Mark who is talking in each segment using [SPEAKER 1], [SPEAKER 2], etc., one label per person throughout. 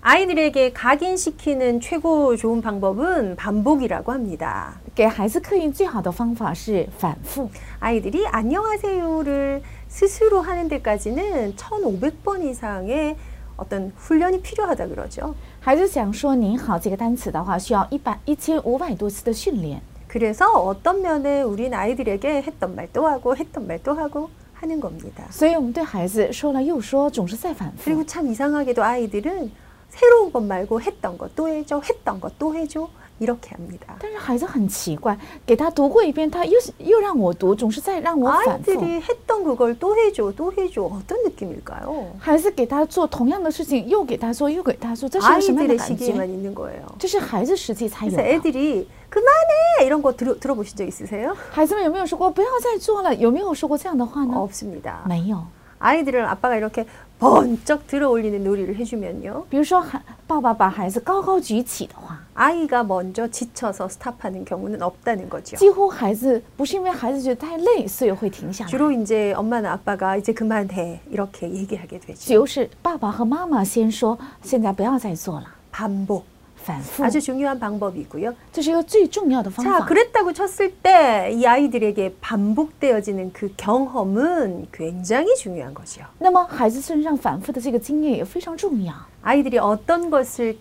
[SPEAKER 1] 아이들에게 각인시키는 최고 좋은 방법은 반복이라고 합니다.
[SPEAKER 2] 给孩子刻印最好的方法是反复。
[SPEAKER 1] 아이들이 안녕하세요를 스스로 하는 데까지는 1,500번 이상의 어떤 훈련이 필요하다 그러죠.
[SPEAKER 2] 孩子想说“您好”这个单词的话，需要一百一千五百多次的训练。
[SPEAKER 1] 그래서 어떤 면에 우린 아이들에게 했던 말도 하고 했던 말도 하고 하는 겁니다.
[SPEAKER 2] 所以我们对孩子说了又说，总是在反复
[SPEAKER 1] 그리고 。참 이상하게도 아이들은 새로운 것 말고 했던 것 또 해줘, 했던 것 또 해줘 이렇게 합니다.
[SPEAKER 2] 但是孩子很奇怪，给他读过一遍，他又又让我读，总是在让我反复。
[SPEAKER 1] 아이들이 했던 그걸 또 해줘, 또 해줘 어떤 느낌일까요?
[SPEAKER 2] 孩子给他做同样的事情，又给他做，又给他做，哎这是个什么样的
[SPEAKER 1] 아이들의
[SPEAKER 2] 感觉？
[SPEAKER 1] 시기에만 있는 거예요.
[SPEAKER 2] 这是哎孩子时期才有
[SPEAKER 1] 그래서
[SPEAKER 2] 的。
[SPEAKER 1] 애들이 그만해 이런 거 들어, 들어보신 적 있으세요?
[SPEAKER 2] 孩子们有没有说过不要再做了？有没有说过这样的话
[SPEAKER 1] 음.
[SPEAKER 2] 呢？
[SPEAKER 1] 없습니다.
[SPEAKER 2] 没有。
[SPEAKER 1] 아이들을 아빠가 이렇게 번쩍 들어 올리는 놀이를 해주면요.
[SPEAKER 2] 比如说，孩爸爸把孩子高高举起的话，
[SPEAKER 1] 아이가 먼저 지쳐서 스탑하는 경우는 없다는 거죠.
[SPEAKER 2] 几乎孩子不是因为孩子觉得太累，所以会停下来，
[SPEAKER 1] 주로 이제 엄마나 아빠가 이제 그만해 이렇게 얘기하게 되죠.
[SPEAKER 2] 就是爸爸和妈妈先说现在不要再做了，
[SPEAKER 1] 반복
[SPEAKER 2] 反复，
[SPEAKER 1] 아주 중요한 방법이고요.
[SPEAKER 2] 这是一个最重要的方
[SPEAKER 1] 자
[SPEAKER 2] 法。
[SPEAKER 1] 그랬다고 쳤을 때 이 아이들에게 반복되어지는 그 경험은 굉장히 중요한 거죠.
[SPEAKER 2] 那么孩子身上反复的这个经验也非常重要。
[SPEAKER 1] 아이들이 어떤 것을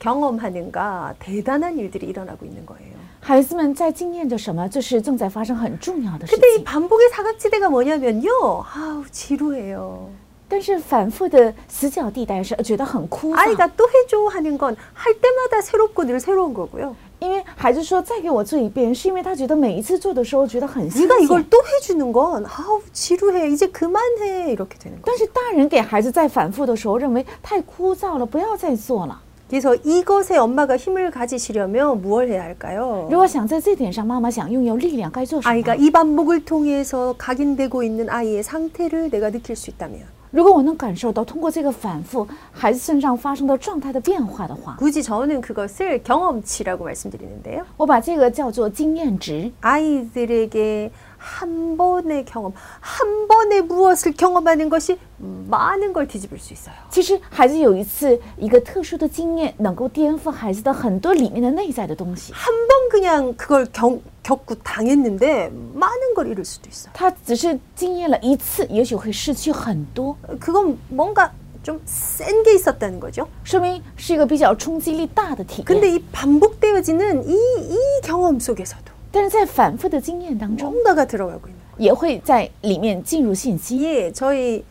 [SPEAKER 1] 경험하는가 대단한 일들이 일어나고 있는 거예요.
[SPEAKER 2] 孩子们在经验着什么，这是正在发生很重要的事
[SPEAKER 1] 근데 이
[SPEAKER 2] 情。
[SPEAKER 1] 반복의 사각지대가 뭐냐면요. 아우 지루해요.
[SPEAKER 2] 但是反复的死角地带是觉得很枯燥，
[SPEAKER 1] 아이가 또 해줘 하는 건 할 때마다 새롭고 늘 새로운 거고요.
[SPEAKER 2] 因为孩子说再给我做一遍，是因为他觉得每一次做的时候觉得很新
[SPEAKER 1] 네가
[SPEAKER 2] 鲜
[SPEAKER 1] 이걸 。또 해주는 건 아우 지루해 이제 그만해 이렇게 되는 거예요.
[SPEAKER 2] 但是大人给孩子在反复的时候，认为太枯燥了，不要再做了。
[SPEAKER 1] 그래서 이것에 엄마가 힘을 가지시려면 무엇 해야 할까요?
[SPEAKER 2] 如果想在这点上，妈妈想拥有力量，该做什
[SPEAKER 1] 아이가
[SPEAKER 2] 么？
[SPEAKER 1] 이 반복을 통해서 각인되고 있는 아이의 상태를 내가 느낄 수 있다면
[SPEAKER 2] 如果我能感受到通过这个反复，孩子身上发生的状态的变化的话，
[SPEAKER 1] 굳이 저는 그것을 경험치라고 말씀드리는데요.
[SPEAKER 2] 我把这个叫做经验值。
[SPEAKER 1] 아이들에게 한 번의 경험, 한 번에 무엇을 경험하는 것이 많은 걸 뒤집을 수 있어요.
[SPEAKER 2] 其实孩子有一次一个特殊的经验，能够颠覆孩子的很多里面的内在的东西。
[SPEAKER 1] 한 번 그냥 그걸 경- 겪고 당했는데 많은 걸 잃을 수도 있어요.
[SPEAKER 2] 他只是经验了一次，也许会失去很多，
[SPEAKER 1] 그건 뭔가 좀 센 게 있었다는 거죠.
[SPEAKER 2] 说明是一个比较冲击力大的体
[SPEAKER 1] 근데
[SPEAKER 2] 验。
[SPEAKER 1] 이 반복되어지는 이, 이 경험 속에서도
[SPEAKER 2] 但是在反复的经验当中，
[SPEAKER 1] 뭔가가 들어가고 있는 거예요.
[SPEAKER 2] 也会在里面进入信息。
[SPEAKER 1] 예, 저희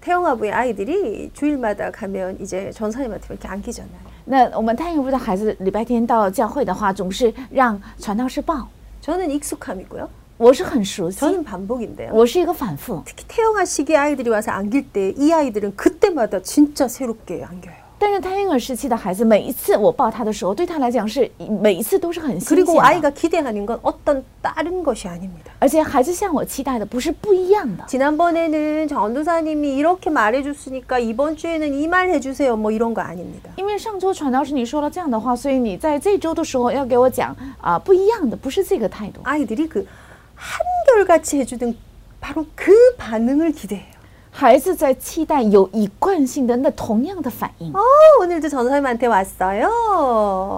[SPEAKER 1] 태영아부의 아이들이 주일마다 가면 이제 전사님한테 이렇게 안기잖아요.
[SPEAKER 2] 那我们太阳部的孩子礼拜天到教会的话，总是让传道士抱。
[SPEAKER 1] 저는 익숙함이고요.
[SPEAKER 2] 我是很熟悉，
[SPEAKER 1] 저는 반복인데요.
[SPEAKER 2] 我是一个反复，
[SPEAKER 1] 특히 태영아 시기 아이들이 와서 안길 때 이 아이들은 그때마다 진짜 새롭게 안겨요.
[SPEAKER 2] 但是胎婴儿时期的孩子，每一次我抱他的时候，对他来讲是每一次都是很新鲜
[SPEAKER 1] 그리고
[SPEAKER 2] 的。
[SPEAKER 1] 아이가 기대하는 건 어떤 다른 것이 아닙니다.
[SPEAKER 2] 而且孩子向我期待的不是不一样的。
[SPEAKER 1] 지난번에는 전도사님이 이렇게 말해줬으니까 이번 주에는 이 말 해주세요. 뭐 이런 거 아닙니다.
[SPEAKER 2] 因为上周传道是你说了这样的话，所以你在这周的时候要给我讲啊、不一样的，不是这个态度。
[SPEAKER 1] 아이들이 그 한결같이 해주던 바로 그 반응을 기대해요.
[SPEAKER 2] 孩子在期待有一贯性的那同样的反应
[SPEAKER 1] 어, 오늘도 전도사님한테 왔어요.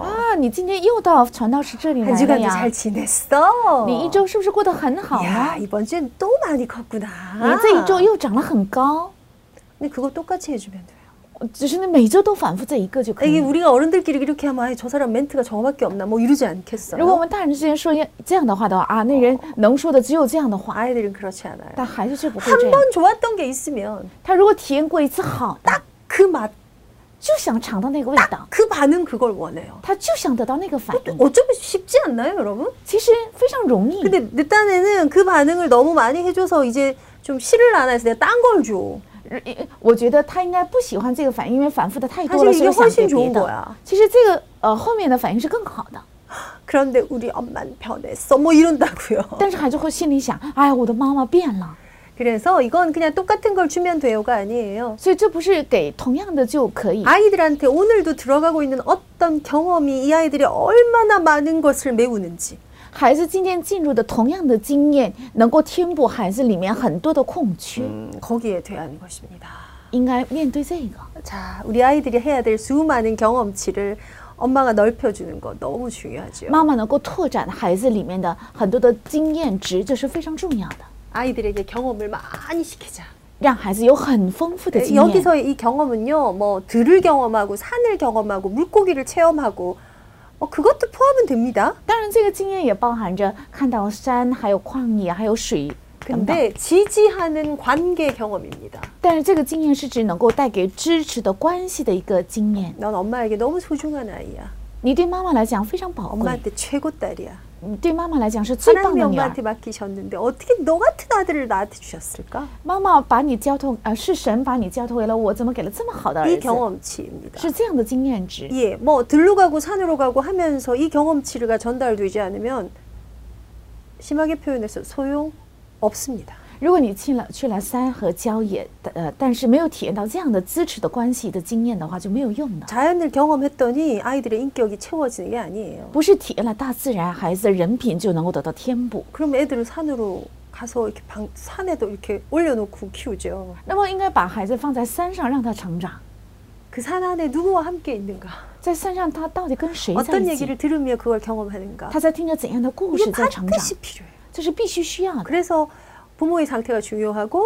[SPEAKER 2] 啊！你今天又到传道室这里来
[SPEAKER 1] 한
[SPEAKER 2] 了
[SPEAKER 1] 주간도
[SPEAKER 2] 呀
[SPEAKER 1] 잘 ？ 지냈어.
[SPEAKER 2] 你一周是不是过得很好呢
[SPEAKER 1] 야, ？ 이번 주엔 또 많이 컸구나.
[SPEAKER 2] 你
[SPEAKER 1] 네,
[SPEAKER 2] 这一周又长了很高，
[SPEAKER 1] 근데 그거 똑같이 해주면 돼요.
[SPEAKER 2] 只是你每周都反复这一个就可
[SPEAKER 1] 이게
[SPEAKER 2] 以了。
[SPEAKER 1] 우리가 어른들끼리 이렇게 하면 아이, 저 사람 멘트가 저거밖에 없나 뭐 이러지
[SPEAKER 2] 如果
[SPEAKER 1] 않겠어요?
[SPEAKER 2] 我们大人之间说这样的话的话啊，那人能说的只有这样的话，
[SPEAKER 1] 아이들은 그렇지 않아요.
[SPEAKER 2] 但孩子却不会
[SPEAKER 1] 한
[SPEAKER 2] 这样。
[SPEAKER 1] 번 좋았던 게 있으면
[SPEAKER 2] 他如果体验过一次好的，
[SPEAKER 1] 그 맛,
[SPEAKER 2] 就想尝到那个味道，
[SPEAKER 1] 그 반응 그걸 원해요.
[SPEAKER 2] 他就想得到那个反应。
[SPEAKER 1] 어쩌면 쉽지 않나요, 여러분?
[SPEAKER 2] 其实非常容易，
[SPEAKER 1] 근데 내 딴에는 그 반응을 너무 많이 해줘서 이제 좀 실을 안 해서 내가 딴 걸 줘.
[SPEAKER 2] 呃我觉得他应该不喜欢这个反应，因为反复的太多
[SPEAKER 1] 但
[SPEAKER 2] 了，
[SPEAKER 1] 是
[SPEAKER 2] 所以
[SPEAKER 1] 훨씬
[SPEAKER 2] 想给别
[SPEAKER 1] 좋은거야
[SPEAKER 2] 的。其实这个呃后面的反应是更好的，
[SPEAKER 1] 그런데 우리 엄마는 변했어. 뭐 이런다고요.
[SPEAKER 2] 但是孩子会心里想，哎呀，我的妈妈变了。
[SPEAKER 1] 그래서 이건 그냥 똑같은 걸 주면 돼요가 아니에요.
[SPEAKER 2] 所以这不是给同样的就可
[SPEAKER 1] 啊
[SPEAKER 2] 以，
[SPEAKER 1] 아이들한테 오늘도 들어가고 있는 어떤 경험이 이 아이들이 얼마나 많은 것을 메우는지
[SPEAKER 2] 孩子今天进入的同样的经验，能够填补孩子里面很多的空缺，
[SPEAKER 1] 嗯 거기에 대한 음, 것입니다.
[SPEAKER 2] 应该面对这个。
[SPEAKER 1] 자, 우리 아이들이 해야 될 수많은 경험치를 엄마가 넓혀주는 거 너무 중요하죠.
[SPEAKER 2] 妈妈能够拓展孩子里面的很多的经验值，这是非常重要的，
[SPEAKER 1] 아이들에게 경험을 많이 시키자.
[SPEAKER 2] 让孩子有很丰富的
[SPEAKER 1] 네,
[SPEAKER 2] 经验。
[SPEAKER 1] 여기서 이 경험은요, 뭐 들을 경험하고 산을 경험하고 물고기를 체험하고 뭐 그것도 포함은 됩니다.
[SPEAKER 2] 当然，这个经验也包含着看到山，还有旷野，还有水等等。
[SPEAKER 1] 근데 지지하는 관계 경험입니다.
[SPEAKER 2] 但是这个经验是指能够带给支持的关系的一个经验。
[SPEAKER 1] 넌 엄마에게 너무 소중한 아이야.
[SPEAKER 2] 你对妈妈来讲非常宝贵，
[SPEAKER 1] 엄마한테 최고 딸이야.
[SPEAKER 2] 你对妈妈来讲是最
[SPEAKER 1] 하나님이
[SPEAKER 2] 棒的女儿
[SPEAKER 1] 엄마한테。 맡기셨는데 어떻게 너 같은 아들을 나한테 주셨을까?
[SPEAKER 2] 妈妈把你交托，呃，是神把你交托给了我，怎么给了这么好的儿
[SPEAKER 1] 이
[SPEAKER 2] 子？
[SPEAKER 1] 경험치입니다.
[SPEAKER 2] 是这样的经验值。
[SPEAKER 1] 예, 뭐 들로 가고 산으로 가고 하면서 이 경험치가 전달되지 않으면 심하게 표현해서 소용 없습니다.
[SPEAKER 2] 如果你去了去了山和郊野，呃，但是没有体验到这样的支持的关系的经验的话，就没有用的。
[SPEAKER 1] 자연을 경험했더니 아이들의 인격이 채워지는 게 아니에요.
[SPEAKER 2] 不是体验了大自然，孩子的人品就能够得到填补。
[SPEAKER 1] 그럼 애들을 산으로 가서 이렇게 방, 산에도 이렇게 올려놓고 키우죠.
[SPEAKER 2] 那么应该把孩子放在山上，让他成长。
[SPEAKER 1] 그 산 안에 누구와 함께 있는가?
[SPEAKER 2] 在山上，他到底跟谁在
[SPEAKER 1] 어떤
[SPEAKER 2] 一起？
[SPEAKER 1] 얘기를 들으며 그걸 경험하는가?
[SPEAKER 2] 他在听着怎样的故事
[SPEAKER 1] 이게
[SPEAKER 2] 在成长？
[SPEAKER 1] 반드시 필요해요.
[SPEAKER 2] 这是必须需要的。
[SPEAKER 1] 그래서 부모의 상태가 중요하고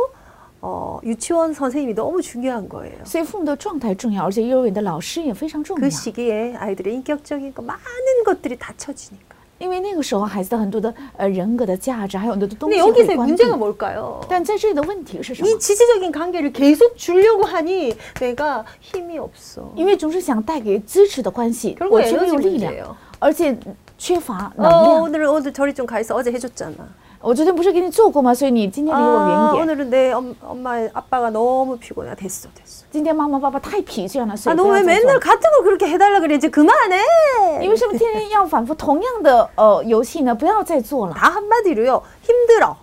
[SPEAKER 1] 어, 유치원 선생님이 너무 중요한 거예요.
[SPEAKER 2] 所以父母的状态重要，而且幼儿园的老师也非常重
[SPEAKER 1] 그
[SPEAKER 2] 要。
[SPEAKER 1] 시기에 아이들의 인격적인 거 많은 것들이 다쳐지니까.
[SPEAKER 2] 因为那个时候孩子的很多的呃人格的价值，还有很多的东
[SPEAKER 1] 근데
[SPEAKER 2] 西会
[SPEAKER 1] 여기서의
[SPEAKER 2] 关
[SPEAKER 1] 문제가
[SPEAKER 2] 闭。
[SPEAKER 1] 뭘까요?
[SPEAKER 2] 但在这里的问题是什么
[SPEAKER 1] 이 ？ 지지적인 관계를 계속 주려고 하니 내가 힘이 없어.
[SPEAKER 2] 因为总是想带给支持的关系，
[SPEAKER 1] 결국
[SPEAKER 2] 我却
[SPEAKER 1] 에너지
[SPEAKER 2] 没有力量，
[SPEAKER 1] 문제예요.
[SPEAKER 2] 而且缺乏能
[SPEAKER 1] 어,
[SPEAKER 2] 量。
[SPEAKER 1] 오늘 오늘 저리 좀 가있어. 어제 해줬잖아.
[SPEAKER 2] 我昨天不是给你做过吗？所以你今天离哦我
[SPEAKER 1] 아,
[SPEAKER 2] 远一点。
[SPEAKER 1] 오늘은 내 엄, 엄마 아빠가 너무 피곤해. 됐어, 됐어.
[SPEAKER 2] 今天妈妈爸爸太疲倦了，所
[SPEAKER 1] 아,
[SPEAKER 2] 以
[SPEAKER 1] 너
[SPEAKER 2] 不要
[SPEAKER 1] 왜
[SPEAKER 2] 再做
[SPEAKER 1] 맨날
[SPEAKER 2] 了。
[SPEAKER 1] 같은 걸 그렇게 해달라 그래? 이제 그만해.
[SPEAKER 2] 你为什么天天要反复同样的呃游戏呢？不要再做了。
[SPEAKER 1] 다 한마디로요. 힘들어.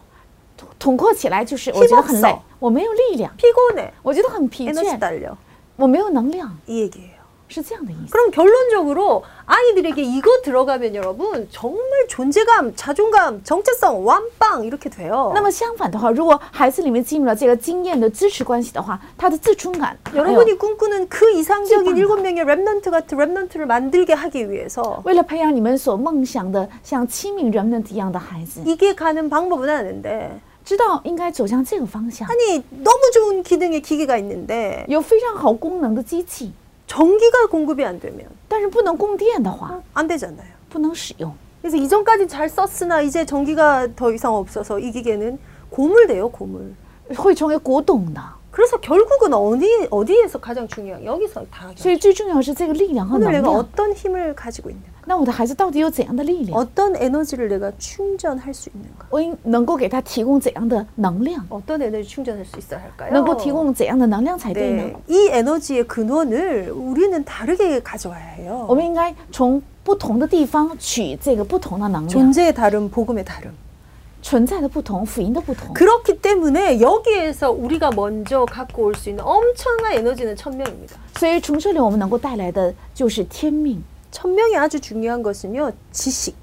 [SPEAKER 2] 统括起来就是，我觉得很
[SPEAKER 1] 힘없
[SPEAKER 2] 累
[SPEAKER 1] 어 ，
[SPEAKER 2] 我没有力量，
[SPEAKER 1] 피곤해.
[SPEAKER 2] 我觉得很疲
[SPEAKER 1] 에너지
[SPEAKER 2] 倦，
[SPEAKER 1] 딸려.
[SPEAKER 2] 我没有能量，
[SPEAKER 1] 이 얘기예요.
[SPEAKER 2] 是这样的意思。
[SPEAKER 1] 그럼 결론적으로 아이들에게 이거 들어가면 여러분 정말 존재감, 자존감, 정체성 완빵 이렇게 돼요.
[SPEAKER 2] 那么相反的话，如果孩子里面进入了这个经验的支持关系的话，他的自尊感，还有
[SPEAKER 1] 여러분이 꿈꾸는 그 이상적인
[SPEAKER 2] 찔빵.
[SPEAKER 1] 일곱 명의 랩넌트 같은 랩넌트를 만들게 하기 위해서
[SPEAKER 2] 为了培养你们所梦想的像七名人们一样的孩子，
[SPEAKER 1] 이게 가는 방법은 아는데
[SPEAKER 2] 知道应该走向这个方向。
[SPEAKER 1] 아니 너무 좋은 기능의 기계가 있는데
[SPEAKER 2] 有非常好功能的机器，
[SPEAKER 1] 전기가 공급이 안 되면
[SPEAKER 2] 但是不能供电的话，
[SPEAKER 1] 안 되잖아요.
[SPEAKER 2] 不能使用。
[SPEAKER 1] 그래서 이전까지 잘 썼으나 이제 전기가 더 이상 없어서 이 기계는 고물돼요, 고물.
[SPEAKER 2] 会成为古董的。
[SPEAKER 1] 그래서 결국은 어디 어디에서 가장 중요한 여기서 다
[SPEAKER 2] 所以最重要的是这个力量和
[SPEAKER 1] 오늘
[SPEAKER 2] 能
[SPEAKER 1] 내가
[SPEAKER 2] 量。
[SPEAKER 1] 어떤 힘을 가지고 있는가?
[SPEAKER 2] 那我的孩子到底有怎样的力量？
[SPEAKER 1] 어떤 에너지를 내가 충전할 수 있는가?
[SPEAKER 2] 我应能够给他提供怎样的能量？
[SPEAKER 1] 어떤 에너지 충전할 수 있어야 할까요?
[SPEAKER 2] 能够提供怎样的能量才哎对哦呢
[SPEAKER 1] 네, ？이 에너지의 근원을 우리는 다르게 가져와야 해요.
[SPEAKER 2] 我们应该从不同的地方取这个不同的能量，
[SPEAKER 1] 존재의 다름, 복음의 다름.
[SPEAKER 2] 存在的不同，福音的不同。
[SPEAKER 1] 그렇기 때문에 여기에서 우리가 먼저 갖고 올 수 있는 엄청난 에너지는 천명입니다.
[SPEAKER 2] 所以从这里我们能够带来的就是天命。
[SPEAKER 1] 천명이 아주 중요한 것은요, 지식.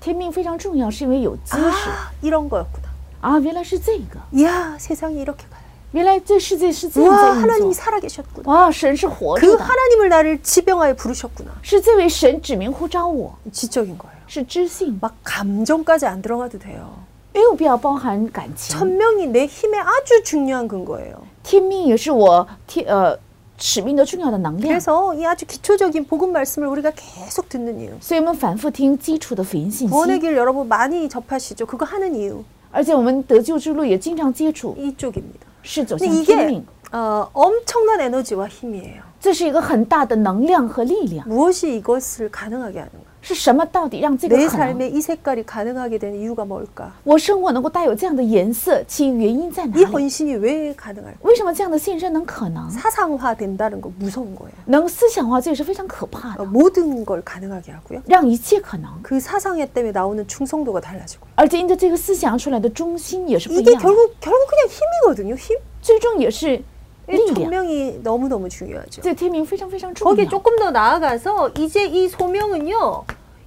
[SPEAKER 2] 天命非常重要，是因为有知识
[SPEAKER 1] 아, 이런 거였구나.
[SPEAKER 2] 啊！原来是这个，
[SPEAKER 1] 이야, 세상이 이렇게 가요.
[SPEAKER 2] 原来这世界是这
[SPEAKER 1] 와,
[SPEAKER 2] 样在运
[SPEAKER 1] 하나님이
[SPEAKER 2] 作。
[SPEAKER 1] 살아계셨구나.
[SPEAKER 2] 哇，神是活
[SPEAKER 1] 그
[SPEAKER 2] 着的，
[SPEAKER 1] 하나님을 나를 지병하에 부르셨구나.
[SPEAKER 2] 是这位神指名呼召我，
[SPEAKER 1] 지적인 거예요.
[SPEAKER 2] 是知性，
[SPEAKER 1] 막 감정까지 안 들어가도 돼요.
[SPEAKER 2] 没有必要包含感情。
[SPEAKER 1] 천명이내 힘의 아주 중요한 근거예요.
[SPEAKER 2] 天命也是我天呃使命的重要的能量，
[SPEAKER 1] 그래서 이 아주 기초적인 복음 말씀을 우리가 계속 듣는 이유.
[SPEAKER 2] 所以我们反复听基础的福音信
[SPEAKER 1] 구원의
[SPEAKER 2] 息，
[SPEAKER 1] 길 여러분 많이 접하시죠. 그거 하는 이유
[SPEAKER 2] 而且我们得救之路也经常接触，
[SPEAKER 1] 이쪽입니다.
[SPEAKER 2] 是走
[SPEAKER 1] 근데
[SPEAKER 2] 向天命
[SPEAKER 1] 이게 。 어, 엄청난 에너지와 힘이에요.
[SPEAKER 2] 这是一个很大的能量和力量，
[SPEAKER 1] 무엇이 이것을 가능하게 하는가?
[SPEAKER 2] 是什么到底让这个
[SPEAKER 1] 내
[SPEAKER 2] 可能？
[SPEAKER 1] 삶에 이 색깔이 가능하게 된 이유가 뭘까?
[SPEAKER 2] 我生活能够带有这样的颜色，其原因在
[SPEAKER 1] 이
[SPEAKER 2] 哪里？
[SPEAKER 1] 헌신이 왜 가능할까?
[SPEAKER 2] 为什么这样的献身能可能？
[SPEAKER 1] 사상화 된다는 거 무서운 거예요.
[SPEAKER 2] 能思想化，这也是非常可怕
[SPEAKER 1] 어,
[SPEAKER 2] 的，
[SPEAKER 1] 모든 걸 가능하게 하고요.
[SPEAKER 2] 让一切可能。
[SPEAKER 1] 그 사상에 때문에 나오는 충성도가 달라지고요.
[SPEAKER 2] 而且因着这个思想出来的中心也是不一
[SPEAKER 1] 이게
[SPEAKER 2] 样的，
[SPEAKER 1] 결국 결국 그냥 힘이거든요. 힘.
[SPEAKER 2] 最终也是呃力
[SPEAKER 1] 이
[SPEAKER 2] 量。
[SPEAKER 1] 천명이 너무 너무 중요하죠.
[SPEAKER 2] 这天明非常非常重
[SPEAKER 1] 거기에
[SPEAKER 2] 要。
[SPEAKER 1] 조금 더 나아가서 이제 이 소명은요